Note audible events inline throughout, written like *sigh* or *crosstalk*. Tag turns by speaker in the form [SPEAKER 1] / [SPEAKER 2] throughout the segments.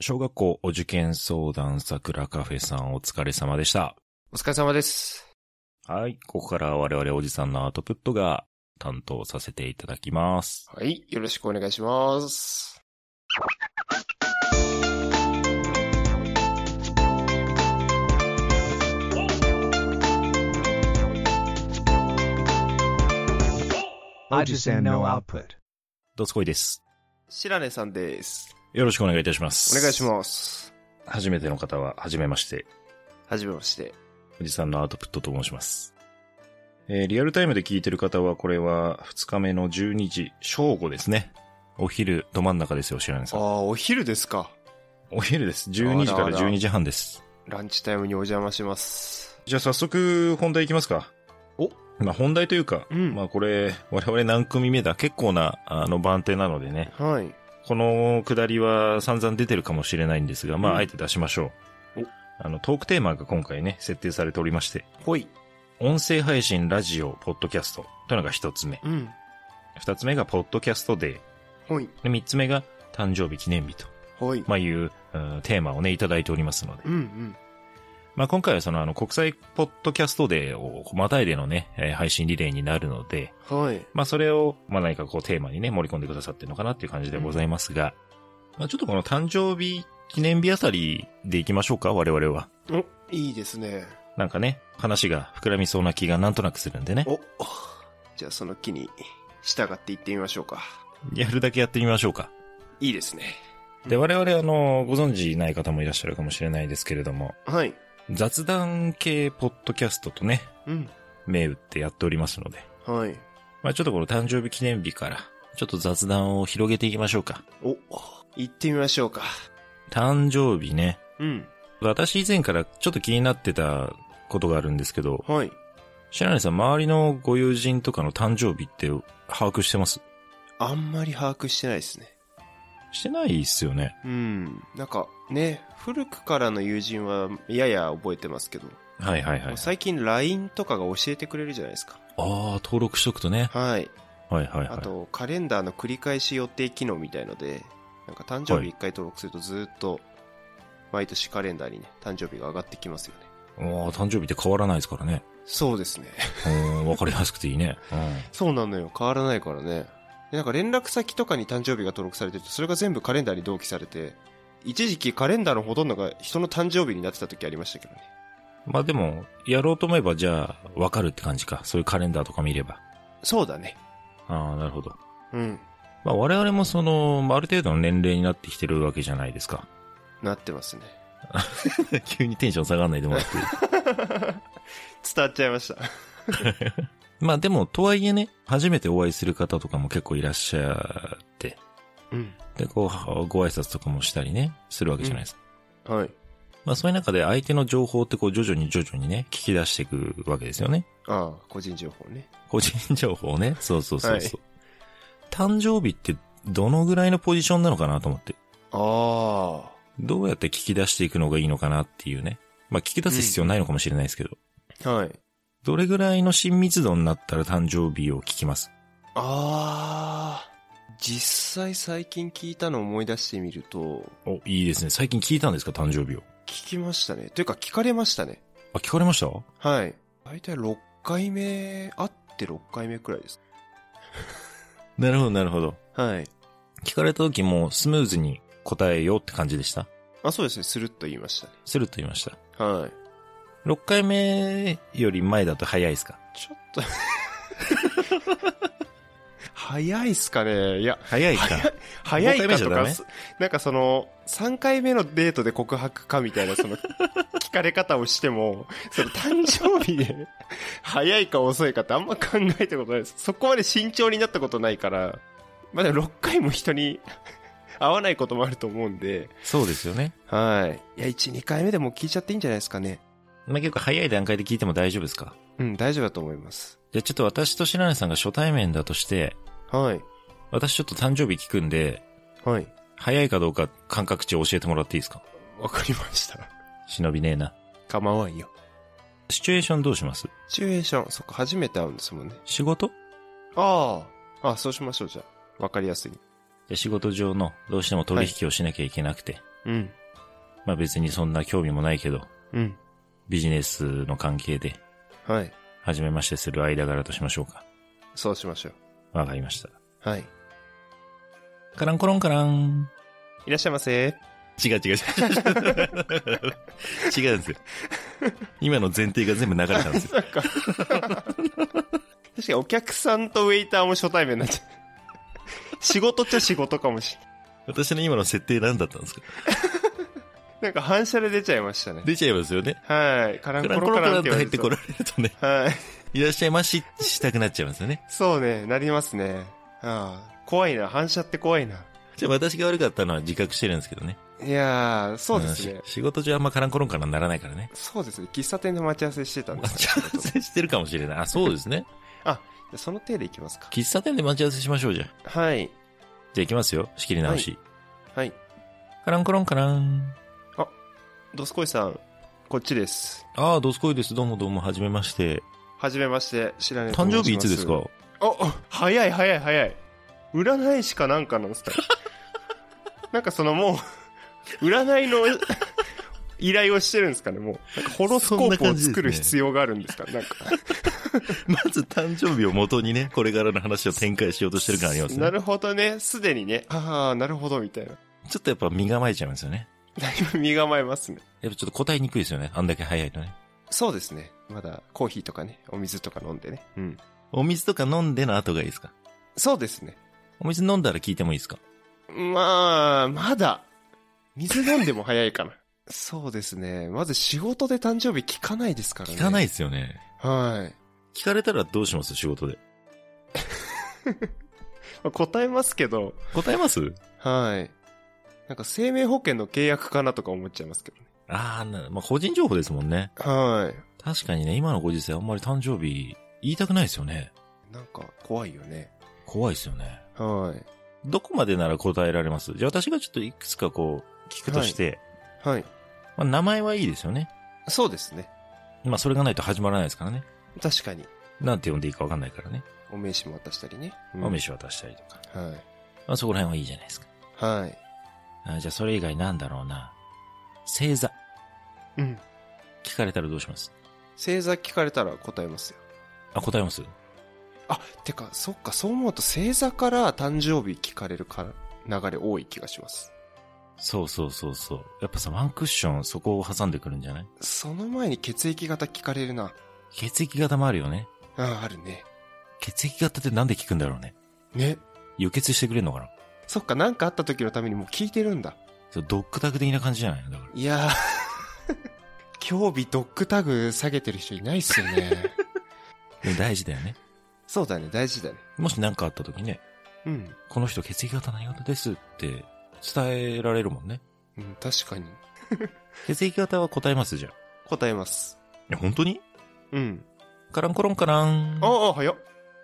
[SPEAKER 1] 小学校お受験相談桜カフェさんお疲れ様でした。
[SPEAKER 2] お疲れ様です。
[SPEAKER 1] はい、ここから我々おじさんのアウトプットが担当させていただきます。
[SPEAKER 2] はい。よろしくお願いします。
[SPEAKER 3] Ajisen no output.
[SPEAKER 1] どすこいです。
[SPEAKER 2] 白根さんです。
[SPEAKER 1] よろしくお願いいたします。
[SPEAKER 2] お願いします。
[SPEAKER 1] す。初めての方は、初めまして、
[SPEAKER 2] はじめまして。
[SPEAKER 1] おじさんのアウトプットと申します。えーリアルタイムで聞いてる方は、これは2日目の12時、正午ですね。お昼、ど真ん中ですよ、白根
[SPEAKER 2] あ
[SPEAKER 1] さん。
[SPEAKER 2] あ、お昼ですか。
[SPEAKER 1] お昼です。12時か
[SPEAKER 2] あ
[SPEAKER 1] ら
[SPEAKER 2] らあら
[SPEAKER 1] 12時半です。
[SPEAKER 2] ランチタイムにお邪魔します。
[SPEAKER 1] じゃあ早速、本題いきますか。
[SPEAKER 2] お
[SPEAKER 1] まあ本題というか、
[SPEAKER 2] う
[SPEAKER 1] *laughs*
[SPEAKER 2] ん
[SPEAKER 1] まあこれ、我々何組目だ結構な、あの、番手なのでね。
[SPEAKER 2] はい。
[SPEAKER 1] この下りは散々出てるかもしれないんですが、ま
[SPEAKER 2] う
[SPEAKER 1] あ、
[SPEAKER 2] ん
[SPEAKER 1] あえて出しましょう。
[SPEAKER 2] お
[SPEAKER 1] あの、トークテーマが今回ね、設定されておりまして、
[SPEAKER 2] ほい。
[SPEAKER 1] 音声配信、ラジオ、ポッドキャストというのが一つ目。
[SPEAKER 2] うん。
[SPEAKER 1] 二つ目が、ポッドキャストデ
[SPEAKER 2] ほい。
[SPEAKER 1] ー。で、三つ目が、誕生日記念日と、
[SPEAKER 2] ほい。
[SPEAKER 1] まあ、いう、うんテーマをね、いただいておりますので
[SPEAKER 2] うん。うん。
[SPEAKER 1] まあ、今回はその、あの、国際ポッドキャストデーを、またいでのね、えー配信リレーになるので、
[SPEAKER 2] はい。
[SPEAKER 1] まあそれを、まあ何かこうテーマにね、盛り込んでくださってるのかなっていう感じでございますが、まあちょっとこの誕生日記念日あたりでいきましょうか、我々は。
[SPEAKER 2] お、いいですね。
[SPEAKER 1] なんかね、話が膨らみそうな気がなんとなくするんでね。
[SPEAKER 2] お、じゃあその木に従って行ってみましょうか。
[SPEAKER 1] やるだけやってみましょうか。
[SPEAKER 2] いいですね。
[SPEAKER 1] で、我々あの、ご存知ない方もいらっしゃるかもしれないですけれども、
[SPEAKER 2] はい。
[SPEAKER 1] 雑談系ポッドキャストとね、
[SPEAKER 2] うん。
[SPEAKER 1] 銘打ってやっておりますので、
[SPEAKER 2] はい。
[SPEAKER 1] まあちょっとこの誕生日記念日から、ちょっと雑談を広げていきましょうか。
[SPEAKER 2] お、行ってみましょうか。
[SPEAKER 1] 誕生日ね。
[SPEAKER 2] うん。
[SPEAKER 1] 私以前からちょっと気になってたことがあるんですけど、
[SPEAKER 2] はい。
[SPEAKER 1] 白根さん、周りのご友人とかの誕生日って把握してます
[SPEAKER 2] あんまり把握してないですね。
[SPEAKER 1] してないっすよね。
[SPEAKER 2] うん。なんかね、古くからの友人はやや覚えてますけど、
[SPEAKER 1] はいはいはい。
[SPEAKER 2] もう
[SPEAKER 1] あ
[SPEAKER 2] 最近 LINE とかが教えてくれるじゃないですか。
[SPEAKER 1] あー、登録しとくとね。
[SPEAKER 2] はい。
[SPEAKER 1] はいはい
[SPEAKER 2] あ
[SPEAKER 1] はい。
[SPEAKER 2] と、カレンダーの繰り返し予定機能みたいので、なんか誕生
[SPEAKER 1] はい
[SPEAKER 2] 日一回登録するとずっと、毎年カレンダーにね、誕生日が上がってきますよね。
[SPEAKER 1] おー誕生日って変わらないですからね。
[SPEAKER 2] そうですね。 *laughs*
[SPEAKER 1] うーん、わかりやすくていいね。 *laughs* うん。
[SPEAKER 2] そうなのよ。変わらないからね。でなんか連絡先とかに誕生日が登録されてると、それが全部カレンダーに同期されて、一時期カレンダーのほとんどが人の誕生日になってた時ありましたけどね。
[SPEAKER 1] まあでも、やろうと思えばじゃあ、わかるって感じか。そういうカレンダーとか見れば。
[SPEAKER 2] そうだね。
[SPEAKER 1] ああ、なるほど。
[SPEAKER 2] うん。
[SPEAKER 1] まあ我々もその、まあある程度の年齢になってきてるわけじゃないですか。
[SPEAKER 2] なってますね。
[SPEAKER 1] *laughs* 急にテンション下がらないでもらっていい。
[SPEAKER 2] 伝わっちゃいました。
[SPEAKER 1] まあでも、とはいえね、初めてお会いする方とかも結構いらっしゃって、
[SPEAKER 2] うん。
[SPEAKER 1] で、こう、ご挨拶とかもしたりね、するわけじゃないですか。
[SPEAKER 2] はい。
[SPEAKER 1] まあそういう中で相手の情報ってこう徐々に徐々にね、聞き出していくわけですよね。
[SPEAKER 2] ああ、個人情報ね。
[SPEAKER 1] 個人情報をね。そうそうそうそう。誕生日ってどのぐらいのポジションなのかなと思って。
[SPEAKER 2] あ
[SPEAKER 1] どうやって聞き出していくのがいいのかなっていうね。まあ聞き出す必要ないのかもしれないですけど。
[SPEAKER 2] あ。はい。
[SPEAKER 1] どれぐらいの親密度になったら誕生日を聞きます
[SPEAKER 2] ああ。実際最近聞いたのを思い出してみると、
[SPEAKER 1] お、いいですね。最近聞いたんですか誕生日を。
[SPEAKER 2] 聞きましたね。というか聞かれましたね。
[SPEAKER 1] あ、聞かれました
[SPEAKER 2] はい。大体6回目、あって6回目くらいです。
[SPEAKER 1] なるほど、なるほど。
[SPEAKER 2] はい。
[SPEAKER 1] 聞かれた時もスムーズに答えようって感じでした
[SPEAKER 2] あ、そうですね。スルッと言いましたね。
[SPEAKER 1] スルッと言いました。
[SPEAKER 2] はい。
[SPEAKER 1] 6回目より前だと早いですか
[SPEAKER 2] ちょっと。早いっすかねいや、
[SPEAKER 1] 早いか。
[SPEAKER 2] 早いか
[SPEAKER 1] 5回
[SPEAKER 2] と
[SPEAKER 1] 目
[SPEAKER 2] か
[SPEAKER 1] じゃダメ、
[SPEAKER 2] すなんかその、3回目のデートで告白かみたいな、その、 *laughs* 聞かれ方をしても、その誕生日で、 *laughs* 早いか遅いかってあんま考えたことないです。そこまで慎重になったことないから、まだ6回も人に *laughs* 会わないこともあると思うんで、
[SPEAKER 1] そうですよね。
[SPEAKER 2] はい。いや、1、2回目でも聞いちゃっていいんじゃないですかね。
[SPEAKER 1] まあ、結構早い段階で聞いても大丈夫ですか
[SPEAKER 2] うん、大丈夫だと思います。
[SPEAKER 1] じゃあちょっと私と白根さんが初対面だとして、
[SPEAKER 2] はい。
[SPEAKER 1] 私ちょっと誕生日聞くんで、
[SPEAKER 2] はい。
[SPEAKER 1] 早いかどうか感覚値を教えてもらっていいですか
[SPEAKER 2] わかりました。
[SPEAKER 1] 忍びねえな。
[SPEAKER 2] 構わんよ。
[SPEAKER 1] シチュエーションどうします
[SPEAKER 2] シチュエーション、そっか、初めて会うんですもんね。
[SPEAKER 1] 仕事
[SPEAKER 2] ああ。あ、そうしましょう、じゃあ。わかりやすい。
[SPEAKER 1] じゃあ仕事上のどうしても取引をしなきゃいけなくて、
[SPEAKER 2] うん。
[SPEAKER 1] まあ別にそんな興味もないけど、
[SPEAKER 2] うん。
[SPEAKER 1] ビジネスの関係で、
[SPEAKER 2] はい。
[SPEAKER 1] 初めましてする間柄としましょうか。
[SPEAKER 2] そうしましょう。
[SPEAKER 1] わかりました。
[SPEAKER 2] はい。
[SPEAKER 1] カランコロンカラン。
[SPEAKER 2] いらっしゃいませ。
[SPEAKER 1] 違う違う違 *laughs* う。違うんですよ。今の前提が全部流れたんですよ。 *laughs*
[SPEAKER 2] そっか。確かにお客さんとウェイターも初対面になっち *laughs* ゃう。仕事っちゃ仕事かもしれない。
[SPEAKER 1] 私の今の設定何だったんですか
[SPEAKER 2] なんか反射で出ちゃいましたね。
[SPEAKER 1] 出ちゃいますよね。
[SPEAKER 2] はい。カラン
[SPEAKER 1] カラン
[SPEAKER 2] コロ
[SPEAKER 1] コロ
[SPEAKER 2] カ
[SPEAKER 1] ンカ
[SPEAKER 2] ラン
[SPEAKER 1] ラ
[SPEAKER 2] っ
[SPEAKER 1] ンと
[SPEAKER 2] て言わ
[SPEAKER 1] 入
[SPEAKER 2] れ
[SPEAKER 1] っ
[SPEAKER 2] る
[SPEAKER 1] て
[SPEAKER 2] と
[SPEAKER 1] こられるとね、 *laughs*
[SPEAKER 2] はい。
[SPEAKER 1] いらっしゃいまし、したくなっちゃいますよね。
[SPEAKER 2] そうね、なりますね。ああ、怖いな。反射って怖いな。
[SPEAKER 1] じゃあ私が悪かったのは自覚してるんですけどね。
[SPEAKER 2] いやー、そうですね
[SPEAKER 1] ん。し仕事中あんまカランコロンカランならないからね。
[SPEAKER 2] そうですね。喫茶店で待ち合わせしてたんで
[SPEAKER 1] 待
[SPEAKER 2] す
[SPEAKER 1] ち合わせしてるかもしれない。あ、そうです *laughs* ね。
[SPEAKER 2] よ。その手でいきますか。
[SPEAKER 1] 喫茶店で待ち合わせしましょうじゃあ。じゃ
[SPEAKER 2] はい。
[SPEAKER 1] あ行きますよ。仕切り直し。
[SPEAKER 2] はい。
[SPEAKER 1] カランコロンカラン。
[SPEAKER 2] ドスコイさん、こっちです。
[SPEAKER 1] ああ、どすこいです。どうもどうも、はじめまして。
[SPEAKER 2] はじめまして、知らない
[SPEAKER 1] 誕生日いつですか
[SPEAKER 2] お、早い早い早い。占い師かなんかなんですか *laughs* なんかそのもう、占いの *laughs* 依頼をしてるんですかね、もう。なんかホロスコープを作る必要があるんですかなんか。
[SPEAKER 1] まず誕生日を元にね、これからの話を展開しようとしてる感あります
[SPEAKER 2] な
[SPEAKER 1] ね。
[SPEAKER 2] るほどね。すでにね。ああ、なるほど、みたいな。
[SPEAKER 1] *laughs* ちょっとやっぱ身構えちゃいますよね。
[SPEAKER 2] だいぶ身構えますね。
[SPEAKER 1] やっぱちょっと答えにくいですよね。あんだけ早いとね。
[SPEAKER 2] そうですね。まだコーヒーとかね、お水とか飲んでね。うん。
[SPEAKER 1] お水とか飲んでの後がいいですか
[SPEAKER 2] そうですね。
[SPEAKER 1] お水飲んだら聞いてもいいですか
[SPEAKER 2] まあ、まだ。水飲んでも早いかな。 *laughs* そうですね。まず仕事で誕生日聞かないですからね。
[SPEAKER 1] 聞かない
[SPEAKER 2] い。
[SPEAKER 1] ですよね。
[SPEAKER 2] はい。
[SPEAKER 1] 聞かれたらどうします仕事で。
[SPEAKER 2] まあ答えますけど、
[SPEAKER 1] 答えます
[SPEAKER 2] はい。なんか生命保険の契約かなとか思っちゃいますけどね。
[SPEAKER 1] ああ、なまあ、個人情報ですもんね。
[SPEAKER 2] はい。
[SPEAKER 1] 確かにね、今のご時世あんまり誕生日言いたくないですよね。
[SPEAKER 2] なんか怖いよね。
[SPEAKER 1] 怖いですよね。
[SPEAKER 2] はい。
[SPEAKER 1] どこまでなら答えられますじゃあ私がちょっといくつかこう、聞くとして、
[SPEAKER 2] はい。
[SPEAKER 1] まあ、名前はいいですよね。
[SPEAKER 2] そうですね。
[SPEAKER 1] まあ、それがないと始まらないですからね。
[SPEAKER 2] 確かに。
[SPEAKER 1] なんて呼んでいいかわかんないからね。
[SPEAKER 2] お名刺も渡したりね。
[SPEAKER 1] まあ、飯渡したりとか。
[SPEAKER 2] うんはい。
[SPEAKER 1] まあ、そこら辺はいいじゃないですか。
[SPEAKER 2] はい。
[SPEAKER 1] あじゃあ、それ以外なんだろうな。星座。
[SPEAKER 2] うん。
[SPEAKER 1] 聞かれたらどうします
[SPEAKER 2] 星座聞かれたら答えますよ。
[SPEAKER 1] あ、答えます
[SPEAKER 2] あ、てか、そっか、そう思うと星座から誕生日聞かれるか流れ多い気がします。
[SPEAKER 1] そうそうそうそう。やっぱさ、ワンクッション、そこを挟んでくるんじゃない
[SPEAKER 2] その前に血液型聞かれるな。
[SPEAKER 1] 血液型もあるよね。
[SPEAKER 2] あ、あるね。
[SPEAKER 1] 血液型ってなんで聞くんだろうね。
[SPEAKER 2] ね。
[SPEAKER 1] 輸血してくれんのかな
[SPEAKER 2] そっか、なんかあった時のためにもう聞いてるんだ。
[SPEAKER 1] そうドックタク的な感じじゃないのだから。
[SPEAKER 2] いやー、 *laughs* 興味ドッグタグ下げてる人いないっすよね。
[SPEAKER 1] でも大事だよね。
[SPEAKER 2] *laughs* そうだね、大事だね。
[SPEAKER 1] もし何かあった時ね、
[SPEAKER 2] うん。
[SPEAKER 1] この人血液型何型ですって伝えられるもんね。
[SPEAKER 2] うん、確かに。
[SPEAKER 1] 血液型は答えますじゃん。い
[SPEAKER 2] 答えます。
[SPEAKER 1] や、本当に
[SPEAKER 2] うん。
[SPEAKER 1] カランコロンカラン。
[SPEAKER 2] ああ、早っ。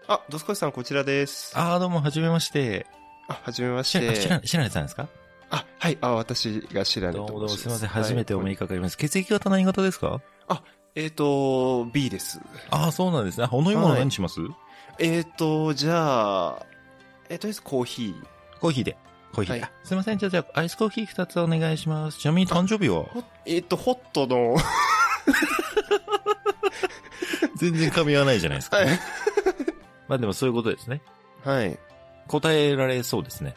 [SPEAKER 2] あ、ドスコイさんこちらです。あ、
[SPEAKER 1] あーどうも、はじめまして。
[SPEAKER 2] はじめまし。
[SPEAKER 1] しら、あしてら、しらねさんですか
[SPEAKER 2] あ、はい、あ、私が白根
[SPEAKER 1] どう
[SPEAKER 2] と
[SPEAKER 1] もどう
[SPEAKER 2] 申
[SPEAKER 1] も、
[SPEAKER 2] します。
[SPEAKER 1] すいません。初めてお目に
[SPEAKER 2] はい
[SPEAKER 1] かかります。血液型何型ですか
[SPEAKER 2] えっ、と、B です。
[SPEAKER 1] ああ、そうなんですね。あお飲み物
[SPEAKER 2] はい
[SPEAKER 1] 何します、
[SPEAKER 2] えっ、と、じゃあ、えーとりあえずコーヒー。
[SPEAKER 1] コーヒーで。コーヒーで。
[SPEAKER 2] はい
[SPEAKER 1] あすいません。じゃあ、じゃあ、アイスコーヒー2つお願いします。ちなみに誕生日は
[SPEAKER 2] ほえっ、と、ホットの、
[SPEAKER 1] 全然噛み合わないじゃないです
[SPEAKER 2] は
[SPEAKER 1] か、
[SPEAKER 2] い。
[SPEAKER 1] まあでもそういうことですね。
[SPEAKER 2] はい。
[SPEAKER 1] 答えられそうですね。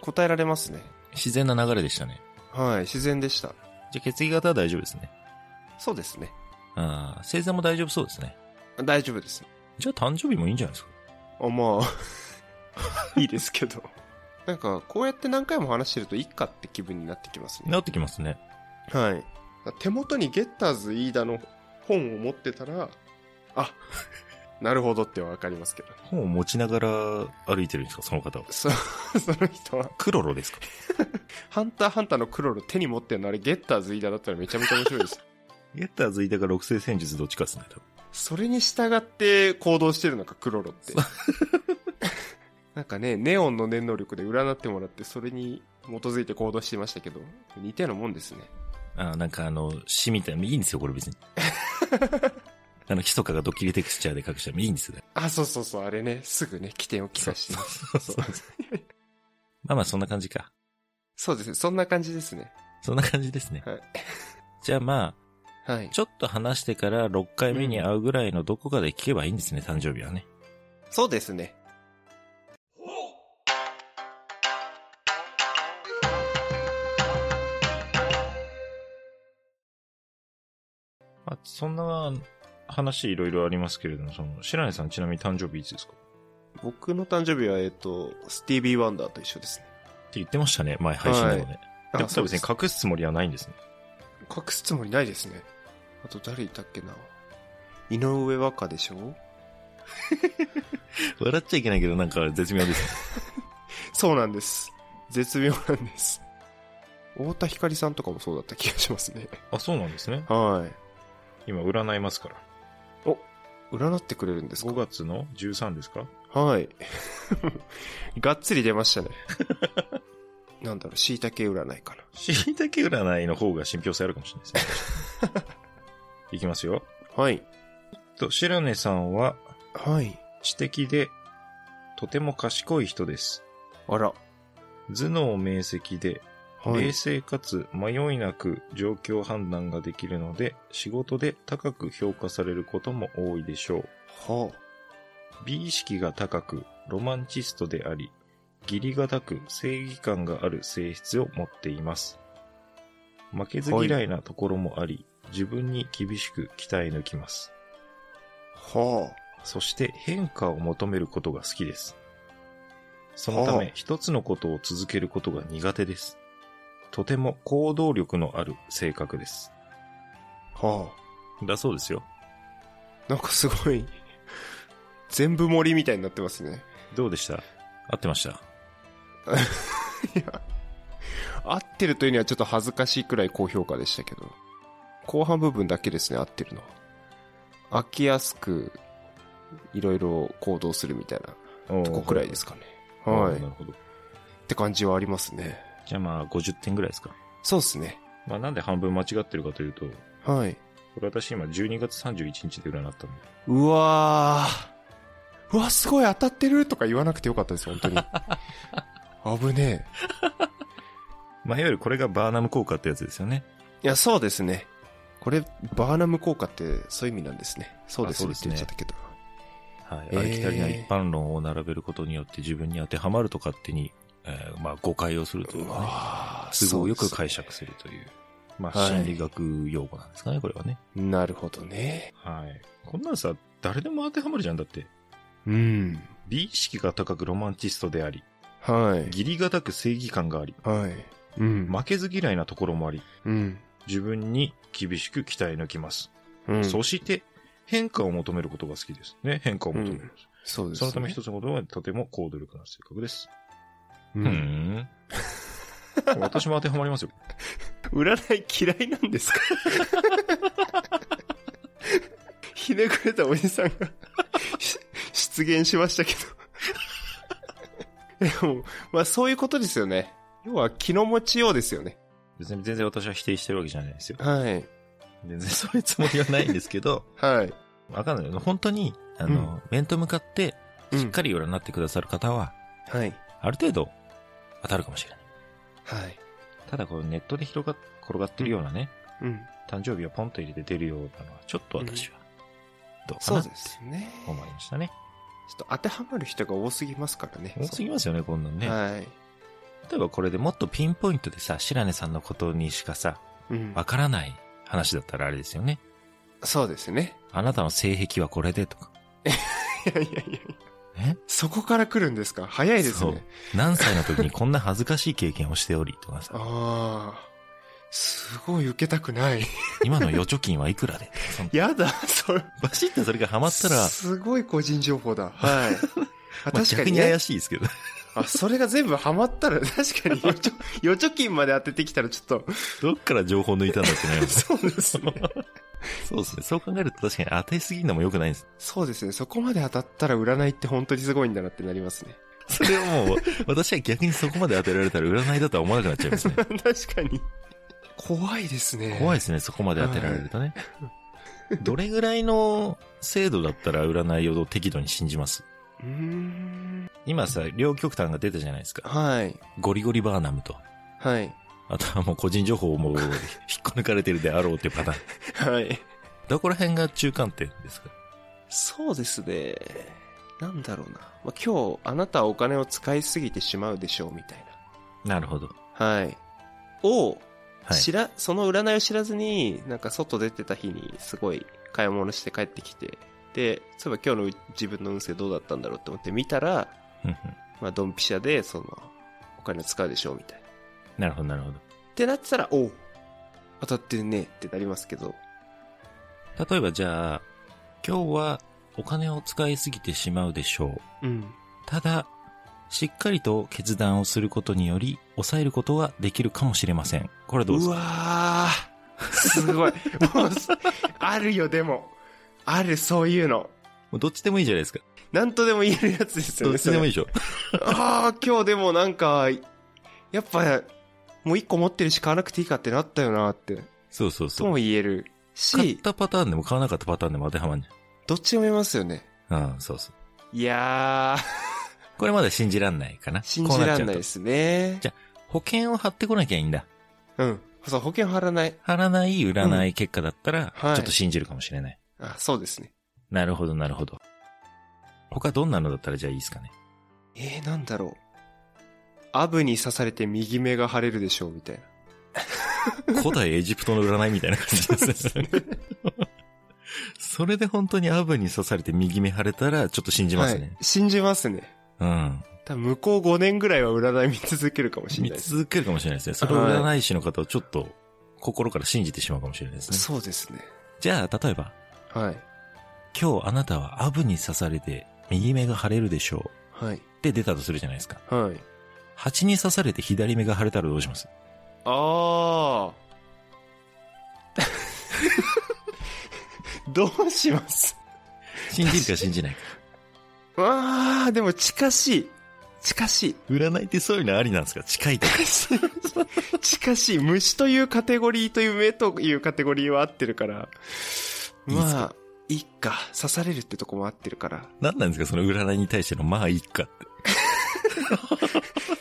[SPEAKER 2] 答えられますね。
[SPEAKER 1] 自然な流れでしたね。
[SPEAKER 2] はい、自然でした。
[SPEAKER 1] じゃあ、血液型は大丈夫ですね。
[SPEAKER 2] そうですね。
[SPEAKER 1] ああ、星座も大丈夫そうですね。
[SPEAKER 2] 大丈夫です。
[SPEAKER 1] じゃあ、誕生日もいいんじゃないですか
[SPEAKER 2] あ、 *laughs* まあ、いいですけど。なんか、こうやって何回も話してると、いっかって気分になってきますね。
[SPEAKER 1] なってきますね。
[SPEAKER 2] はい。手元にゲッターズ飯田の本を持ってたら、あ、なるほどってわかりますけど。
[SPEAKER 1] 本を持ちながら歩いてるんですかその方は。
[SPEAKER 2] そ、 *laughs* その人は、
[SPEAKER 1] クロロですか
[SPEAKER 2] ハンターハンターのクロロ手に持ってるのあれ、ゲッターズ飯田だったらめちゃめちゃ面白いです。
[SPEAKER 1] ゲッターズいたから六星戦術どっちかですね、多分。
[SPEAKER 2] それに従って行動してるのか、クロロって。 *laughs* なんかね、ネオンの念能力で占ってもらって、それに基づいて行動してましたけど、似たようなもんですね。
[SPEAKER 1] ああ、なんかあの、詩みたいな、いいんですよ、これ別 *laughs* に。あの、ひそかがドッキリテクスチャーで隠したらいいんですよ。
[SPEAKER 2] あ、そうそうそう、あれね、すぐね、起点を聞かしてね、
[SPEAKER 1] そうそうそう。まあまあ、そんな感じか。
[SPEAKER 2] そうですね、そんな感じですね。
[SPEAKER 1] そんな感じですね。
[SPEAKER 2] はい
[SPEAKER 1] じゃあま
[SPEAKER 2] はい
[SPEAKER 1] あ、。ちょっと話してから6回目に会うぐらいのどこかで聞けばいいんですね、誕生日はね。
[SPEAKER 2] そうですね。
[SPEAKER 1] まあ、そんな話いろいろありますけれども、その、白根さんちなみに誕生日いつですかっ
[SPEAKER 2] 僕の誕生日は、えっと、スティービー・ワンダーと一緒ですね。
[SPEAKER 1] て言ってましたね、前配信でもね。ってことは別に
[SPEAKER 2] か
[SPEAKER 1] 隠すつもりはないんですね。
[SPEAKER 2] 隠すつもりないですね。あと誰いたっけな井上和歌でしょ
[SPEAKER 1] 笑っちゃいけないけど、なんか絶妙ですね。
[SPEAKER 2] そうなんです。絶妙なんです。太田光さんとかもそうだった気がしますね。
[SPEAKER 1] あ、そうなんですね。
[SPEAKER 2] は
[SPEAKER 1] 今、占いますから。
[SPEAKER 2] い。お、占ってくれるんですか
[SPEAKER 1] 5月の13ですか
[SPEAKER 2] はい。 *laughs* がっつり出ましたね。なんだろう、椎茸占いかな。
[SPEAKER 1] 椎茸占いの方が信憑性あるかもしれないです
[SPEAKER 2] *laughs*
[SPEAKER 1] ね。いきますよ。
[SPEAKER 2] はい。
[SPEAKER 1] と、白根さんは
[SPEAKER 2] はい。
[SPEAKER 1] 知的で、とても賢い人です。
[SPEAKER 2] あら。
[SPEAKER 1] 頭脳明晰で、
[SPEAKER 2] はい
[SPEAKER 1] 冷。静かつ迷いなく状況判断ができるので、仕事で高く評価されることも多いでしょう。
[SPEAKER 2] は
[SPEAKER 1] 美意識が高く、ロマンチストであり、義理がたく正義感がある性質を持っています。負けず嫌いなところもあり、自分に厳しく鍛え抜きます。
[SPEAKER 2] あ。は
[SPEAKER 1] そして変化を求めることが好きです。そのた
[SPEAKER 2] はあ
[SPEAKER 1] め、一つのことを続けることが苦手です。とても行動力のある性格です。
[SPEAKER 2] あ。は
[SPEAKER 1] だそうですよ。
[SPEAKER 2] あ。なんかすごい、全部森みたいになってますね。
[SPEAKER 1] どうでした合ってました
[SPEAKER 2] いや、合ってるというにはちょっと恥ずかしいくらい高評価でしたけど。後半部分だけですね、合ってるのは。飽きやすく、いろいろ行動するみたいなとこくらいですすかね。
[SPEAKER 1] か
[SPEAKER 2] はい。
[SPEAKER 1] な
[SPEAKER 2] っ
[SPEAKER 1] るほど。
[SPEAKER 2] て感じはありますね。
[SPEAKER 1] じゃあまあ、50点ぐらいですか。
[SPEAKER 2] そうですね。
[SPEAKER 1] まあ、なんで半分間違ってるかというと、こ
[SPEAKER 2] はい。
[SPEAKER 1] れ私今12月31日で占ったので。
[SPEAKER 2] うわー。うわ、すごい当たってるとか言わなくてよかったです、本 *laughs* 当に。危ねえ。
[SPEAKER 1] まあ、いわゆるこれがバーナム効果ってやつですよね。
[SPEAKER 2] いや、そうですね。これ、バーナム効果ってそういう意味なんですね。そうですね
[SPEAKER 1] あ
[SPEAKER 2] っ
[SPEAKER 1] そ
[SPEAKER 2] て
[SPEAKER 1] う
[SPEAKER 2] 言
[SPEAKER 1] で
[SPEAKER 2] っ
[SPEAKER 1] すね
[SPEAKER 2] ちゃったけど。
[SPEAKER 1] はい。
[SPEAKER 2] えー
[SPEAKER 1] ありきたりな一般論を並べることによって自分に当てはまると勝手に、えーまあ、誤解をするというかね。
[SPEAKER 2] わー
[SPEAKER 1] 都合よく解
[SPEAKER 2] そう
[SPEAKER 1] 釈するという。ま
[SPEAKER 2] は
[SPEAKER 1] あ、
[SPEAKER 2] い
[SPEAKER 1] 心理学用語なんですかね、これはね。
[SPEAKER 2] ですねなるほどね。
[SPEAKER 1] はい。こんなのさ、誰でも当てはまるじゃん。だって、
[SPEAKER 2] うん。
[SPEAKER 1] 美意識が高くロマンチストであり、
[SPEAKER 2] はい。
[SPEAKER 1] 義理がたく正義感があり、
[SPEAKER 2] はい。うん。
[SPEAKER 1] 負けず嫌いなところもあり、
[SPEAKER 2] うん。
[SPEAKER 1] 自分に厳しく鍛え抜きます。
[SPEAKER 2] うん。
[SPEAKER 1] そして、変化を求めることが好きですね。変化を求める。
[SPEAKER 2] そうです
[SPEAKER 1] そ
[SPEAKER 2] ね。
[SPEAKER 1] のため一つのことはとても行動力の性格です。
[SPEAKER 2] う。
[SPEAKER 1] うんん。 *laughs* 私も当てはまりますよ。
[SPEAKER 2] 占い嫌いなんですか *laughs* ひねくれたおじさんが *laughs* し出現しましたけど。 *laughs* でも、まあそういうことですよね。要は気の持ちようですよね。
[SPEAKER 1] 別に全然私は否定してるわけじゃないですよ。
[SPEAKER 2] はい。
[SPEAKER 1] *laughs* 全然そういうつもりはないんですけど、
[SPEAKER 2] はい。
[SPEAKER 1] わかんない。本当に、あの、面と向かって、しっかり占ってくださる方は、
[SPEAKER 2] り。はい。
[SPEAKER 1] ある程度、当たるかもしれない。
[SPEAKER 2] はい。
[SPEAKER 1] ただ、このネットで広がっ、転がってるようなね、
[SPEAKER 2] うん。
[SPEAKER 1] 誕生日をポンと入れて出るようなのは、ちょっと私は、どうか
[SPEAKER 2] そ
[SPEAKER 1] な
[SPEAKER 2] う
[SPEAKER 1] と
[SPEAKER 2] ですね。
[SPEAKER 1] 思いましたね。
[SPEAKER 2] ちょっと当てはまる人が多すぎますからね。
[SPEAKER 1] 多すぎますよね、こんなんね。
[SPEAKER 2] はい。
[SPEAKER 1] 例えばこれでもっとピンポイントでさ、白根さんのことにしかさ、
[SPEAKER 2] うん
[SPEAKER 1] わからない話だったらあれですよね。
[SPEAKER 2] そうですね。
[SPEAKER 1] あなたの性癖はこれでとか。
[SPEAKER 2] いやいやいや
[SPEAKER 1] え
[SPEAKER 2] そこから来るんですか早いです
[SPEAKER 1] そう
[SPEAKER 2] ね。。
[SPEAKER 1] 何歳の時にこんな恥ずかしい経験をしておりとかさ、
[SPEAKER 2] ああ。すごい受けたくない。 *laughs*
[SPEAKER 1] 今の預貯金はいくらでとかその
[SPEAKER 2] やだ、それ。
[SPEAKER 1] バシッとそれがハマったら、まあ
[SPEAKER 2] すごい個人情報 *laughs* だ。はい。あ確か
[SPEAKER 1] 逆
[SPEAKER 2] に
[SPEAKER 1] に
[SPEAKER 2] ね
[SPEAKER 1] 怪。しいですけど。
[SPEAKER 2] あ、それが全部ハマったら、 *laughs* 確かに預貯、預貯金まで当ててきたらちょっと、
[SPEAKER 1] どっから情報抜いたんだってなります。
[SPEAKER 2] *laughs* そうですね。
[SPEAKER 1] そうですね。そう考えると確かに当てすぎるのも良くないんです。
[SPEAKER 2] そうですね。そこまで当たったら占いって本当にすごいんだなってなりますね。 *laughs*
[SPEAKER 1] それはもう、私は逆にそこまで当てられたら占いだとは思わなくなっちゃいますね。
[SPEAKER 2] 確かに。怖いですね。
[SPEAKER 1] 怖い
[SPEAKER 2] い。
[SPEAKER 1] ですね、そこまで当てられるとね。どれぐらいの精度だったら占いを適度に信じます
[SPEAKER 2] うーん。
[SPEAKER 1] 今さ、両極端が出たじゃないですか。
[SPEAKER 2] はい。
[SPEAKER 1] ゴリゴリバーナムと、
[SPEAKER 2] はい。
[SPEAKER 1] あとはもう個人情報をもう *laughs* 引っこ抜かれてるであろうっていうパターン。
[SPEAKER 2] はい。
[SPEAKER 1] どこら辺が中間点ですか
[SPEAKER 2] そうですね。なんだろうな。まあ、今日、あなたはお金を使いすぎてしまうでしょう、みたい
[SPEAKER 1] なるほど。
[SPEAKER 2] な。はい。を、
[SPEAKER 1] はい。
[SPEAKER 2] 知ら、その占いを知らずに、なんか外出てた日に、すごい買い物して帰ってきて、で、そういえば今日の自分の運勢どうだったんだろうって思って見たら、
[SPEAKER 1] うんうん
[SPEAKER 2] まあ、ドンピシャで、その、お金を使うでしょう、みたい
[SPEAKER 1] な
[SPEAKER 2] な。っ
[SPEAKER 1] るほど、なるほど。
[SPEAKER 2] てなってたら、おう当たってるね、ってなりますけど。
[SPEAKER 1] 例えばじゃあ、今日はお金を使いすぎてしまうでしょう。
[SPEAKER 2] うん。
[SPEAKER 1] ただ、しっかりと決断をすることにより、抑えることができるかもしれません。これはどうです
[SPEAKER 2] う
[SPEAKER 1] か
[SPEAKER 2] わー。すごい。もうすあるよ、でも。ある、そういうの。
[SPEAKER 1] もうどっちでもいいじゃないですか。
[SPEAKER 2] なんとでも言えるやつですよ
[SPEAKER 1] どっ
[SPEAKER 2] ね。
[SPEAKER 1] ちでもいいでしょ。
[SPEAKER 2] それああ、今日でもなんか、やっぱ、もう一個持ってるし買わなくていいかってなったよなって、
[SPEAKER 1] そうそう
[SPEAKER 2] と
[SPEAKER 1] そ
[SPEAKER 2] も
[SPEAKER 1] う。
[SPEAKER 2] 言える
[SPEAKER 1] 買っ
[SPEAKER 2] し、
[SPEAKER 1] たパターンでも買わなかったパターンでも当てはまんじ
[SPEAKER 2] どっちも言えますよね。
[SPEAKER 1] ゃん。うん、そうそう。
[SPEAKER 2] いや
[SPEAKER 1] これまだ信じらんないかな。
[SPEAKER 2] ー、信じらん
[SPEAKER 1] こう
[SPEAKER 2] ない
[SPEAKER 1] っちゃ
[SPEAKER 2] で
[SPEAKER 1] うと。
[SPEAKER 2] すね
[SPEAKER 1] じ。ゃ保険を貼ってこなきゃいいんだ。
[SPEAKER 2] うん。そう、保険張らない。
[SPEAKER 1] 貼らない占い結果だったら、ち
[SPEAKER 2] は
[SPEAKER 1] ょ
[SPEAKER 2] い
[SPEAKER 1] っと信じるかもしれない。
[SPEAKER 2] あ、そうですね。
[SPEAKER 1] なるほど、なるほど。他どんなのだったらじゃあいいですかね。
[SPEAKER 2] えー、なんだろう。アブに刺されて右目が腫れるでしょう、みたいな。
[SPEAKER 1] 古代エジプトの占いみたいな感じですね。それで本当にアブに刺されて右目腫れたら、ちょっと信じます
[SPEAKER 2] は
[SPEAKER 1] ね
[SPEAKER 2] い。。信じますね。
[SPEAKER 1] うん。
[SPEAKER 2] 多分向こう5年ぐらいは占い見続けるかもしれ
[SPEAKER 1] 見
[SPEAKER 2] ないです。
[SPEAKER 1] 続けるかもしれないですね。それを占い師の方をちょっと心から信じてしまうかもしれないですね。
[SPEAKER 2] そうですね。
[SPEAKER 1] じゃあ、例えば、
[SPEAKER 2] はい。
[SPEAKER 1] 今日あなたはアブに刺されて右目が腫れるでしょう。
[SPEAKER 2] はい。
[SPEAKER 1] って出たとするじゃないですか。
[SPEAKER 2] はい。
[SPEAKER 1] 蜂に刺されて左目が腫れたらどうします
[SPEAKER 2] *laughs* ああ。どうします
[SPEAKER 1] *laughs* 信じるか信じないか。
[SPEAKER 2] ああ、でも近しい。近しい。
[SPEAKER 1] 占いってそういうのありなんですか近 *laughs* いとか。
[SPEAKER 2] 近しい。近しい。虫というカテゴリーという目というカテゴリーは合ってるから。
[SPEAKER 1] いいっすか
[SPEAKER 2] まあ、いいか。刺されるってとこも合ってるから。
[SPEAKER 1] 何なんですかその占いに対しての、まあいいかって。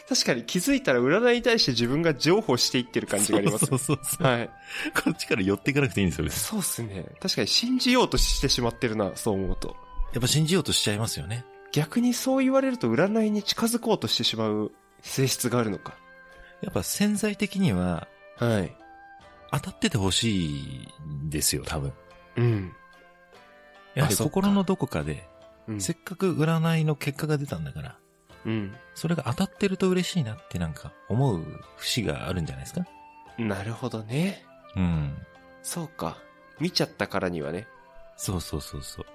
[SPEAKER 2] 確かに気づいたら占いに対して自分が譲歩していってる感じがあります。
[SPEAKER 1] そうそうそう。
[SPEAKER 2] はい。
[SPEAKER 1] こっちから寄っていかなくていいんですよ、別に
[SPEAKER 2] そうっすね。確かに信じようとしてしまってるな、そう思うと。
[SPEAKER 1] やっぱ信じようとしちゃいますよね。
[SPEAKER 2] 逆にそう言われると占いに近づこうとしてしまう性質があるのか。
[SPEAKER 1] やっぱ潜在的には
[SPEAKER 2] はい。
[SPEAKER 1] 当たっててほしいんですよ、多分。
[SPEAKER 2] うん。
[SPEAKER 1] やは
[SPEAKER 2] あ
[SPEAKER 1] り
[SPEAKER 2] そっか
[SPEAKER 1] 心のどこかで、
[SPEAKER 2] うん。
[SPEAKER 1] せっかく占いの結果が出たんだから、
[SPEAKER 2] うん。
[SPEAKER 1] それが当たってると嬉しいなってなんか思う節があるんじゃないですか
[SPEAKER 2] なるほどね。
[SPEAKER 1] うん。
[SPEAKER 2] そうか。見ちゃったからにはね。
[SPEAKER 1] そうそうそうそう。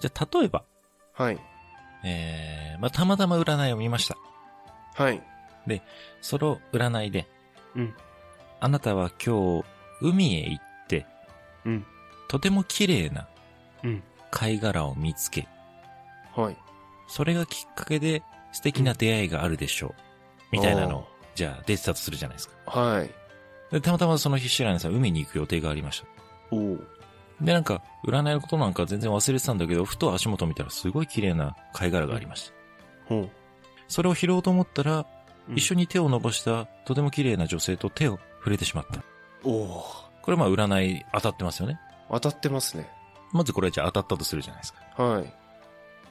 [SPEAKER 1] じゃあ、例えば、
[SPEAKER 2] はい。
[SPEAKER 1] えー、まあ、たまたま占いを見ました。
[SPEAKER 2] はい。
[SPEAKER 1] その占いで、
[SPEAKER 2] うん。
[SPEAKER 1] あなたは今日、海へ行って、
[SPEAKER 2] うん。
[SPEAKER 1] とても綺麗な
[SPEAKER 2] うん。
[SPEAKER 1] 貝殻を見つけ、
[SPEAKER 2] はい。
[SPEAKER 1] それがきっかけで素敵な出会いがあるでしょう。みたいなのを、じゃあ出てたとするじゃないですか。
[SPEAKER 2] はい。
[SPEAKER 1] で、たまたまその日、白根さん海に行く予定がありました。
[SPEAKER 2] おう
[SPEAKER 1] で、なんか、占いのことなんか全然忘れてたんだけど、ふと足元見たらすごい綺麗な貝殻がありました。
[SPEAKER 2] ほう。
[SPEAKER 1] それを拾おうと思ったら、一緒
[SPEAKER 2] に。
[SPEAKER 1] に手を伸ばした、とても綺麗な女性と手を触れてしまった。
[SPEAKER 2] おおう
[SPEAKER 1] これまあ占い当たってますよね。
[SPEAKER 2] 当たってますね。
[SPEAKER 1] まずこれじゃあ当たったとするじゃないですか。
[SPEAKER 2] はい。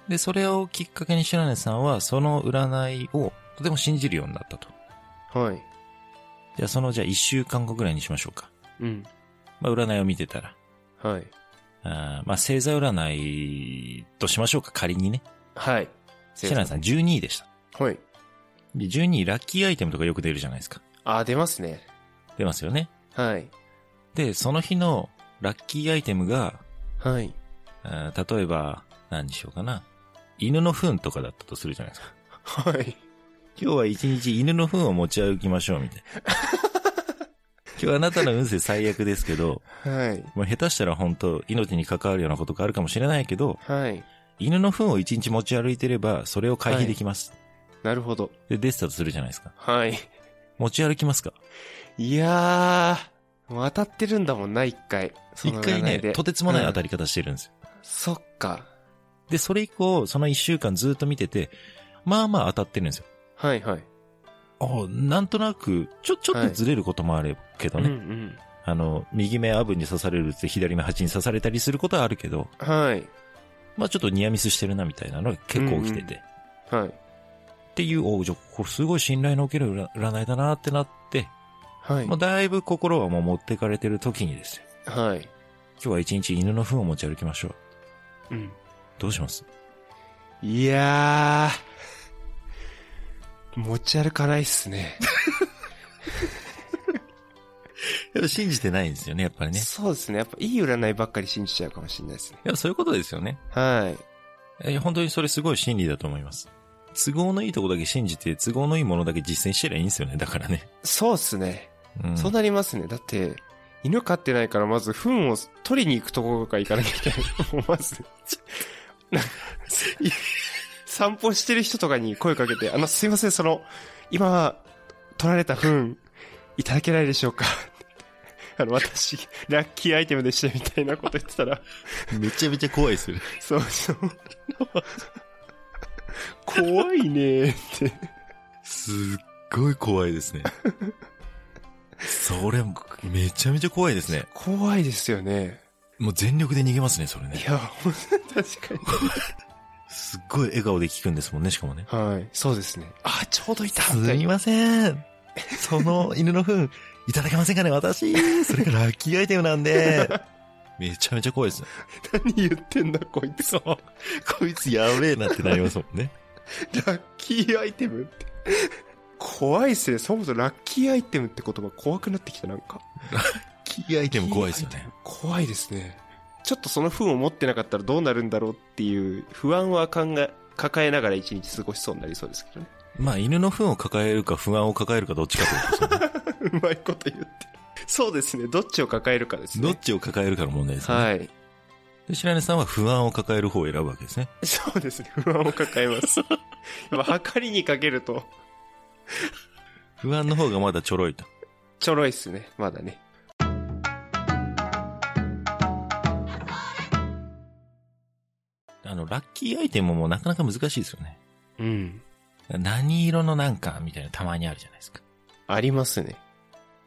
[SPEAKER 1] で、それをきっかけに白根さんは、その占いをとても信じるようになったと。
[SPEAKER 2] はい。
[SPEAKER 1] じゃあその、じゃあ一週間後ぐらいにしましょうか。
[SPEAKER 2] うん。
[SPEAKER 1] まあ占いを見てたら。
[SPEAKER 2] はい。
[SPEAKER 1] あーまあ星座占いとしましょうか、仮にね。
[SPEAKER 2] はい。
[SPEAKER 1] 白根さん12位でした。
[SPEAKER 2] はい。
[SPEAKER 1] で、12位ラッキーアイテムとかよく出るじゃないですか。
[SPEAKER 2] あー、出ますね。
[SPEAKER 1] 出ますよね。
[SPEAKER 2] はい。
[SPEAKER 1] で、その日のラッキーアイテムが、
[SPEAKER 2] はい。
[SPEAKER 1] あー例えば、何にしようかな。犬の糞とかだったとするじゃないですか。
[SPEAKER 2] はい。
[SPEAKER 1] 今日は一日犬の糞を持ち歩きましょう、みたいな。
[SPEAKER 2] *laughs*
[SPEAKER 1] 今日あなたの運勢最悪ですけど、
[SPEAKER 2] はい。
[SPEAKER 1] もう下手したら本当命に関わるようなことがあるかもしれないけど、
[SPEAKER 2] はい。
[SPEAKER 1] 犬の糞を一日持ち歩いてれば、それを回避できます。
[SPEAKER 2] なるほど。
[SPEAKER 1] で、出てたとするじゃないですか。
[SPEAKER 2] はい。
[SPEAKER 1] 持ち歩きますか
[SPEAKER 2] いやー、もう当たってるんだもんな、一回。そ
[SPEAKER 1] 一
[SPEAKER 2] の
[SPEAKER 1] 回
[SPEAKER 2] 占いで
[SPEAKER 1] ね、とてつもない当
[SPEAKER 2] う
[SPEAKER 1] た
[SPEAKER 2] ん
[SPEAKER 1] り方してるんですよ。
[SPEAKER 2] そっか。
[SPEAKER 1] で、それ以降、その一週間ずっと見てて、まあまあ当たってるんですよ。
[SPEAKER 2] はいはい。
[SPEAKER 1] おなんとなく、ちょ、ちょっとずれることもあるけどね。
[SPEAKER 2] うんうん。
[SPEAKER 1] あの、右目アブに刺されるって左目ハチに刺されたりすることはあるけど、
[SPEAKER 2] はい。
[SPEAKER 1] まあちょっとニアミスしてるなみたいなのが結構起きてて。
[SPEAKER 2] はい。
[SPEAKER 1] っていう、おうじゃあこれすごい信頼の受ける占占いだなってなって、
[SPEAKER 2] はい
[SPEAKER 1] もう。だいぶ心はもう持ってかれてる時にですよ。
[SPEAKER 2] はい。
[SPEAKER 1] 今日は一日犬の糞を持ち歩きましょう。
[SPEAKER 2] うん。
[SPEAKER 1] どうします
[SPEAKER 2] いやー、持ち歩かないっすね。
[SPEAKER 1] やっぱ信じてないんですよね、やっぱりね。
[SPEAKER 2] そうですね。やっぱいい占いばっかり信じちゃうかもしれないですね。
[SPEAKER 1] やっぱそういうことですよね。
[SPEAKER 2] はい。
[SPEAKER 1] え本当にそれすごい真理だと思います。都合のいいとこだけ信じて、都合のいいものだけ実践してりゃいいんですよね、だからね。
[SPEAKER 2] そうっすね。
[SPEAKER 1] うん。
[SPEAKER 2] そうなりますね。だって、犬飼ってないからまず糞を取りに行くところから行かなきゃいけない。もうまず、ちょ *laughs* なんかい散歩してる人とかに声かけて、あの、すいません、その、今、取られた糞、いただけないでしょうか *laughs* あの、私、ラッキーアイテムでしたみたいなこと言ってたら、 *laughs*
[SPEAKER 1] めちゃめちゃ怖いですよね。
[SPEAKER 2] そうそう。怖いねーって。
[SPEAKER 1] すっごい怖いですね。それ、めちゃめちゃ怖いですね。
[SPEAKER 2] 怖いですよね。
[SPEAKER 1] もう全力で逃げますね、それ
[SPEAKER 2] い
[SPEAKER 1] ね。
[SPEAKER 2] や、ほんと確か
[SPEAKER 1] すっごい笑顔で聞くんですもんね、しかもね。
[SPEAKER 2] に。はい。そうですね。あ、ちょうどいた
[SPEAKER 1] す
[SPEAKER 2] みたい
[SPEAKER 1] み
[SPEAKER 2] な
[SPEAKER 1] ません。その犬の糞、いただけませんかね、私。それがラッキーアイテムなんで。めちゃめちゃ怖いですね。
[SPEAKER 2] 何言ってんだこいつ。
[SPEAKER 1] そう。 *laughs* こいつやべえなってなりますもんね。
[SPEAKER 2] ラッキーアイテムって。怖いっすね。そもそもラッキーアイテムって言葉怖くなってきたなんか。
[SPEAKER 1] キーアイテム怖いですよね。
[SPEAKER 2] 怖いですね。ちょっとその運を持ってなかったらどうなるんだろうっていう不安は考え、抱えながら一日過ごしそうになりそうですけどね。 *laughs*
[SPEAKER 1] まあ、犬の糞を抱えるか不安を抱えるかどっちかってことですよね。
[SPEAKER 2] うまいこと言ってる。そうですね。どっちを抱えるかです
[SPEAKER 1] ど
[SPEAKER 2] ね
[SPEAKER 1] っ。ちを抱えるかの問題ですね。
[SPEAKER 2] はい。
[SPEAKER 1] で白根さんは不安を抱える方を選ぶわけですね。
[SPEAKER 2] そうですね。不安を抱え *laughs* ます。やっぱ、はかりにかけると、
[SPEAKER 1] 不安の方がまだちょろいと。
[SPEAKER 2] ちょろいっすね。まだね。
[SPEAKER 1] あの、ラッキーアイテムもなかなか難しいですよね。
[SPEAKER 2] うん。
[SPEAKER 1] 何色のなんかみたいなたまにあるじゃないですか。
[SPEAKER 2] ありますね。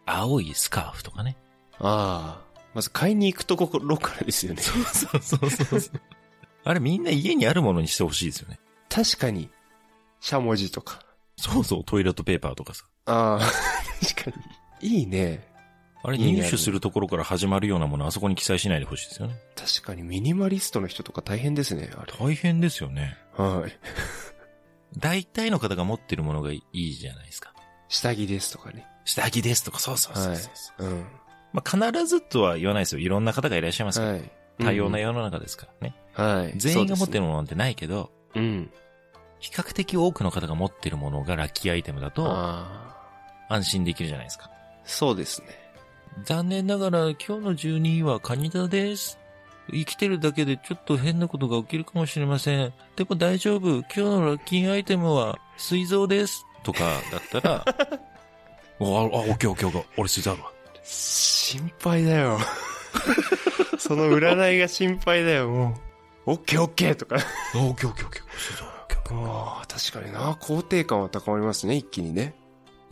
[SPEAKER 1] 青いスカーフとかね。
[SPEAKER 2] ああ。まず買いに行くところからですよね。
[SPEAKER 1] う *laughs* そうそうそうそう。 *laughs* あれみんな家にあるものにしてほしいですよね。
[SPEAKER 2] 確かに。しゃもじとか。
[SPEAKER 1] そうそう、トイレットペーパーとかさ。
[SPEAKER 2] ああ。確かに。いいね。
[SPEAKER 1] あれ
[SPEAKER 2] 家に
[SPEAKER 1] 入
[SPEAKER 2] ある
[SPEAKER 1] 手するところから始まるようなものあそこに記載しないでほしいですよね。
[SPEAKER 2] 確かにミニマリストの人とか大変ですね。あれ。
[SPEAKER 1] 大変ですよね。
[SPEAKER 2] はい。
[SPEAKER 1] 大体の方が持ってるものがいいじゃないですか。
[SPEAKER 2] 下着ですとかね。
[SPEAKER 1] 下着ですとか、そうそうそうそう
[SPEAKER 2] はいうん。
[SPEAKER 1] まあ、必ずとは言わないですよ。いろんな方がいらっしゃいますから。
[SPEAKER 2] はい。
[SPEAKER 1] 多様な世の中ですからね。
[SPEAKER 2] うん。はい。
[SPEAKER 1] 全員が持って
[SPEAKER 2] る。
[SPEAKER 1] るものなんてないけど、
[SPEAKER 2] うん。
[SPEAKER 1] 比較的多くの方が持ってるものがラッキーアイテムだと
[SPEAKER 2] あ
[SPEAKER 1] 安心できるじゃないですか。
[SPEAKER 2] あ。そうですね。
[SPEAKER 1] 残念ながら今日の12位はカニだです。生きてるだけでちょっと変なことが起きるかもしれません。でも大丈夫。今日のラッキーアイテムは水臓です。とかだったら、
[SPEAKER 2] *laughs*
[SPEAKER 1] おあ、あ、オッケーオッケーオッケー。俺水臓あるわ。
[SPEAKER 2] 心配だよ。 *laughs* その占いが心配だよ、もう。オッケーオッケーとか。
[SPEAKER 1] あオッケーオッケーオッケー。水臓オッケーオッケー
[SPEAKER 2] ああ、確かにな。肯定感は高まりますね、一気にね。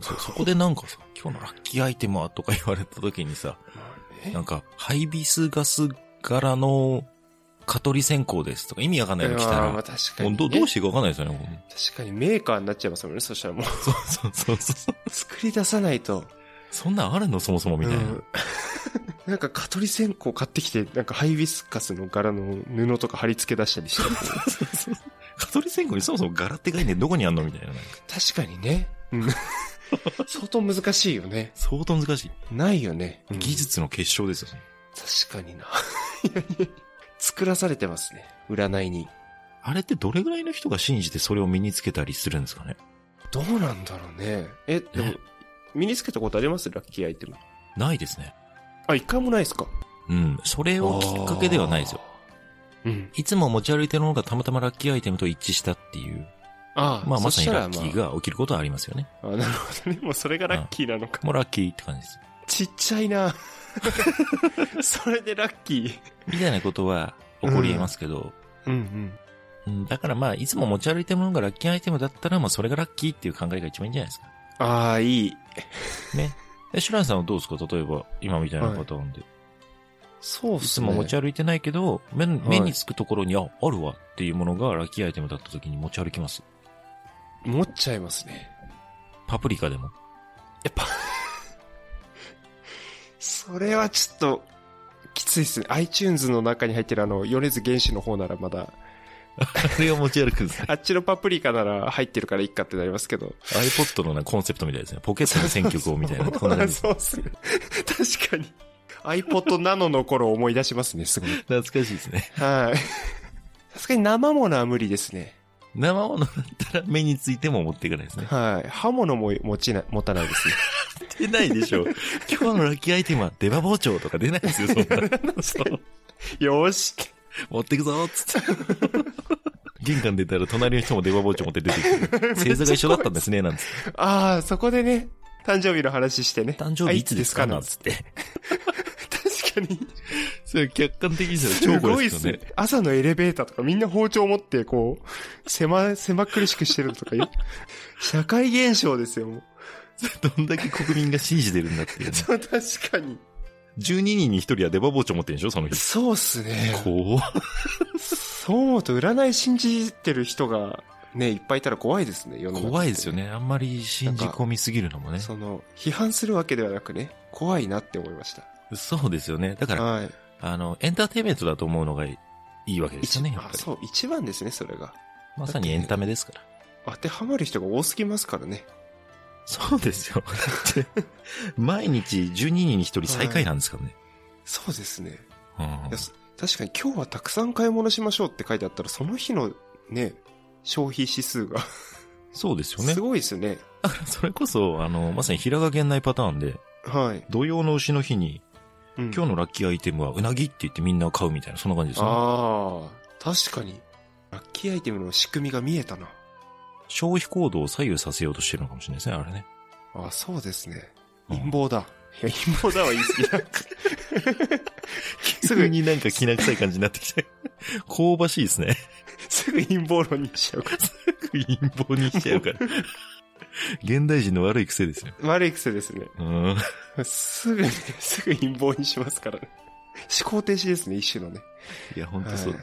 [SPEAKER 1] そうそこでなんかさ、今日のラッキーアイテムはとか言われた時にさ、なんか、ハイビスガス柄の蚊取り線香ですとか意味わかんないの来たら、
[SPEAKER 2] あーま
[SPEAKER 1] も
[SPEAKER 2] あ確かに、
[SPEAKER 1] う
[SPEAKER 2] ね。
[SPEAKER 1] どどうしていいかわかんないですよねも
[SPEAKER 2] 確かにメーカーになっちゃいますもんね、そしたらも
[SPEAKER 1] *laughs*
[SPEAKER 2] う。
[SPEAKER 1] う。そうそうそうそう。
[SPEAKER 2] 作り出さないと。
[SPEAKER 1] そんなんあるのそもそもみたいな。
[SPEAKER 2] うん *laughs* なんか、蚊取り線香買ってきて、なんか、ハイビスカスの柄の布とか貼り付け出したりして。
[SPEAKER 1] *laughs* 蚊取り線香にそもそも柄って概念どこにあんのみたいな。なんか
[SPEAKER 2] 確かにね。うん相当難しいよね。
[SPEAKER 1] 相当難しい。
[SPEAKER 2] ないよね。うん
[SPEAKER 1] 技術の結晶ですよね。
[SPEAKER 2] 確かにな。 *laughs* いやいや作らされてますね。占いに。
[SPEAKER 1] あれってどれぐらいの人が信じてそれを身につけたりするんですかね
[SPEAKER 2] どうなんだろうね。え、でも
[SPEAKER 1] ね、
[SPEAKER 2] 身につけたことありますラッキーアイテム。
[SPEAKER 1] ないですね。
[SPEAKER 2] あ、一回もないですか
[SPEAKER 1] うん。それをきっかけではないですよ。
[SPEAKER 2] あー。うん。
[SPEAKER 1] いつも持ち歩いてるものがたまたまラッキーアイテムと一致したっていう。
[SPEAKER 2] ああ、
[SPEAKER 1] まあまさに
[SPEAKER 2] そしたら
[SPEAKER 1] ラッキーが起きることはありますよね。
[SPEAKER 2] あ、なるほどね。もうそれがラッキーなのか。
[SPEAKER 1] もうラッキーって感じです。
[SPEAKER 2] ちっちゃ
[SPEAKER 1] *laughs*
[SPEAKER 2] いな。それでラッキー。
[SPEAKER 1] みたいなことは起こり得ますけど、
[SPEAKER 2] うんうん。
[SPEAKER 1] うんだからまあ、いつも持ち歩いてるものがラッキーアイテムだったら、まあそれがラッキーっていう考えが一番いいんじゃないですか。
[SPEAKER 2] ああ、いい。
[SPEAKER 1] え、シュランさんはどうですか例えば、今みたいなパターンで。
[SPEAKER 2] そうっ
[SPEAKER 1] い、つも持ち歩いてないけど、目目につくところに、あ、あるわっていうものがラッキーアイテムだった時に持ち歩きます。
[SPEAKER 2] 持っちゃいますね。
[SPEAKER 1] パプリカでも。
[SPEAKER 2] やっぱ、それはちょっと、きついっすね。iTunes の中に入ってるあの、米津玄師の方ならまだ、
[SPEAKER 1] *laughs* あれを持ち歩くんですね。
[SPEAKER 2] *laughs* あっちのパプリカなら入ってるからいっかってなりますけど。
[SPEAKER 1] iPod のなコンセプトみたいですね。ポケットの選曲をみたいな。そんな感じ
[SPEAKER 2] *laughs* そうっすね。確かに。iPod ナノの頃を思い出しますね、すごい。
[SPEAKER 1] 懐かしいですね。
[SPEAKER 2] はい。さすがに生ものは無理ですね。
[SPEAKER 1] 生物だったら目についても持っていかないですね。
[SPEAKER 2] はい。刃物も持ちな、持たないですね。
[SPEAKER 1] 出ないで *laughs* しょ。今日のラッキーアイテムは出刃包丁とか出ないですよ、そんな。そう
[SPEAKER 2] *laughs* よーし。
[SPEAKER 1] 持ってくぞつって。玄関出たら隣の人も出刃包丁持って出てきて、星座が一緒だったんですね、なんつって。
[SPEAKER 2] ああ、そこでね、誕生日の話して
[SPEAKER 1] *laughs*
[SPEAKER 2] ね。
[SPEAKER 1] 誕生日いつですかなんつって。
[SPEAKER 2] 確かに。
[SPEAKER 1] *laughs* それ客観的にした
[SPEAKER 2] す
[SPEAKER 1] ら超
[SPEAKER 2] ご
[SPEAKER 1] 怖
[SPEAKER 2] い
[SPEAKER 1] い
[SPEAKER 2] っ
[SPEAKER 1] です
[SPEAKER 2] す
[SPEAKER 1] よ
[SPEAKER 2] ね
[SPEAKER 1] ね。。
[SPEAKER 2] 朝のエレベーターとかみんな包丁持って、こう、狭、狭苦しくしてるのとかよ社会現象ですよ、もう。 *laughs*
[SPEAKER 1] どんだけ国民が信じてるんだっていうね。
[SPEAKER 2] そう、確かに。
[SPEAKER 1] 12人に1人は出刃包丁持ってるんでしょ、その人。
[SPEAKER 2] そうっすね。
[SPEAKER 1] 怖っ
[SPEAKER 2] そう思うと占い信じてる人が、ね、いっぱいいたら怖いですね、世の中。
[SPEAKER 1] 怖いですよ。ね。あんまり信じ込みすぎるのもね。
[SPEAKER 2] その、批判するわけではなくね、怖いなって思いまし
[SPEAKER 1] そうですよね。だから、
[SPEAKER 2] た。はい。
[SPEAKER 1] あの、エンターテインメントだと思うのがいいわけですよね、やっぱ
[SPEAKER 2] あ
[SPEAKER 1] り。
[SPEAKER 2] そう、一番ですね、それが。
[SPEAKER 1] まさにエンタメですから。
[SPEAKER 2] 当てはまる人が多すぎますからね。
[SPEAKER 1] そうですよ。だって毎日12人に1人最下位なんですからね。
[SPEAKER 2] そうですね。
[SPEAKER 1] うん
[SPEAKER 2] いやそ確かに今日はたくさん買い物しましょうって書いてあったら、その日のね、消費指数が
[SPEAKER 1] そうですよね
[SPEAKER 2] す。ごいですよね。
[SPEAKER 1] それこそ、あの、まさに平賀源内パターンで、
[SPEAKER 2] はい。
[SPEAKER 1] 土曜の牛の日に、
[SPEAKER 2] うん
[SPEAKER 1] 今日のラッキーアイテムはうなぎって言ってみんな買うみたいな、そんな感じですね。
[SPEAKER 2] ああ、確かに。ラッキーアイテムの仕組みが見えたな。
[SPEAKER 1] 消費行動を左右させようとしてるのかもしれないですね、あれね。
[SPEAKER 2] あそうですね。
[SPEAKER 1] うん
[SPEAKER 2] 陰謀だ。いや、陰謀だは言い過ぎ *laughs* だ。す
[SPEAKER 1] すぐ *laughs*
[SPEAKER 2] ぐ、
[SPEAKER 1] になんか気な臭い感じになってきて、香ばしいですね。
[SPEAKER 2] すぐ陰謀論にしちゃうから。
[SPEAKER 1] 陰謀にしちゃうから。現代人の悪い癖ですよ。
[SPEAKER 2] 悪い癖ですね。
[SPEAKER 1] うん。
[SPEAKER 2] すぐね、すぐ陰謀にしますからね。思考停止ですね、一種のね。
[SPEAKER 1] いや、本当
[SPEAKER 2] はい
[SPEAKER 1] そう。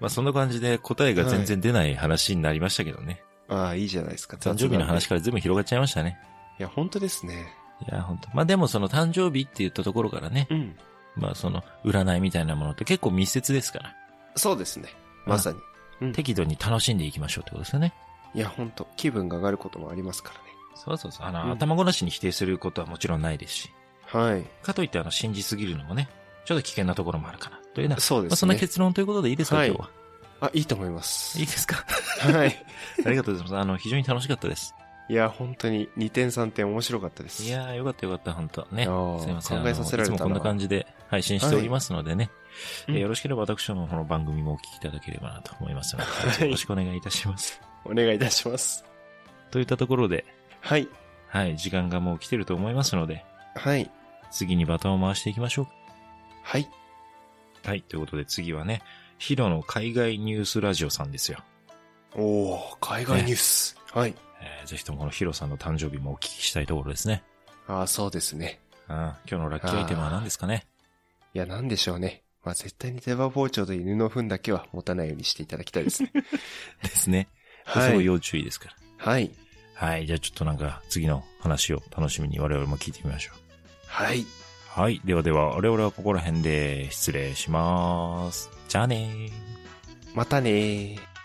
[SPEAKER 1] まあ、そんな感じで答えが全然出ない話になりましたけどね。
[SPEAKER 2] ああ、いいじゃないですか。
[SPEAKER 1] 誕生日の話
[SPEAKER 2] か。
[SPEAKER 1] から全部広がっちゃいましたね。
[SPEAKER 2] いや、本当ですね。
[SPEAKER 1] いや、本当まあ、でもその誕生日って言ったところからね、
[SPEAKER 2] うん。
[SPEAKER 1] まあ、その、占いみたいなものって結構密接ですから、
[SPEAKER 2] そうですね。まさに。
[SPEAKER 1] 適度に楽しんでいきましょうってことですよね。
[SPEAKER 2] いや、本当気分が上がることもありますからね。
[SPEAKER 1] そうそうそう。あの、
[SPEAKER 2] うん
[SPEAKER 1] 頭ごなしに否定することはもちろんないですし、
[SPEAKER 2] はい。
[SPEAKER 1] かといって、あの、信じすぎるのもね、ちょっと危険なところもあるかな、というような、
[SPEAKER 2] そうですね。
[SPEAKER 1] まあ、そんな結論ということでいいですか、
[SPEAKER 2] はい
[SPEAKER 1] 今日は。
[SPEAKER 2] あ、いいと思います。
[SPEAKER 1] いいですか
[SPEAKER 2] はい。
[SPEAKER 1] *laughs* ありがとうございます。あの、非常に楽しかったです。
[SPEAKER 2] いや、本当に2点3点面白かったです。
[SPEAKER 1] いやー、よかったよかった、本当ね。
[SPEAKER 2] いやー
[SPEAKER 1] すいません。
[SPEAKER 2] 考えさせられた
[SPEAKER 1] あのい
[SPEAKER 2] な
[SPEAKER 1] つもこんな感じで配信しておりますのでね。
[SPEAKER 2] はい
[SPEAKER 1] えー
[SPEAKER 2] うん
[SPEAKER 1] よろしければ私どもこの番組もお聞きいただければなと思いますので、
[SPEAKER 2] はい
[SPEAKER 1] よろしくお願いいたします。
[SPEAKER 2] お願いいたします。
[SPEAKER 1] といったところで、
[SPEAKER 2] はい。
[SPEAKER 1] はい、時間がもう来てると思いますので、
[SPEAKER 2] はい。
[SPEAKER 1] 次にバトンを回していきましょ
[SPEAKER 2] はい。
[SPEAKER 1] う。はい、ということで次はね、ヒロの海外ニュースラジオさんですよ。
[SPEAKER 2] おー、海外ニュース。はい。
[SPEAKER 1] えーぜひともこのヒロさんの誕生日もお聞きしたいところですね。
[SPEAKER 2] ああ、そうですね。
[SPEAKER 1] うん、今日のラッキーアイテムは何ですかね。
[SPEAKER 2] いや、なんでしょうね。まあ、絶対に手羽包丁と犬の糞だけは持たないようにしていただきたいですね。
[SPEAKER 1] ですね。
[SPEAKER 2] *laughs* は *laughs*
[SPEAKER 1] すごい
[SPEAKER 2] い。
[SPEAKER 1] 要注意ですから。
[SPEAKER 2] はい。
[SPEAKER 1] はい、じゃあちょっとなんか次の話を楽しみに我々も聞いてみましょう。
[SPEAKER 2] はい。
[SPEAKER 1] はい。ではでは、我々はここら辺で失礼します。じゃあねー。
[SPEAKER 2] またねー。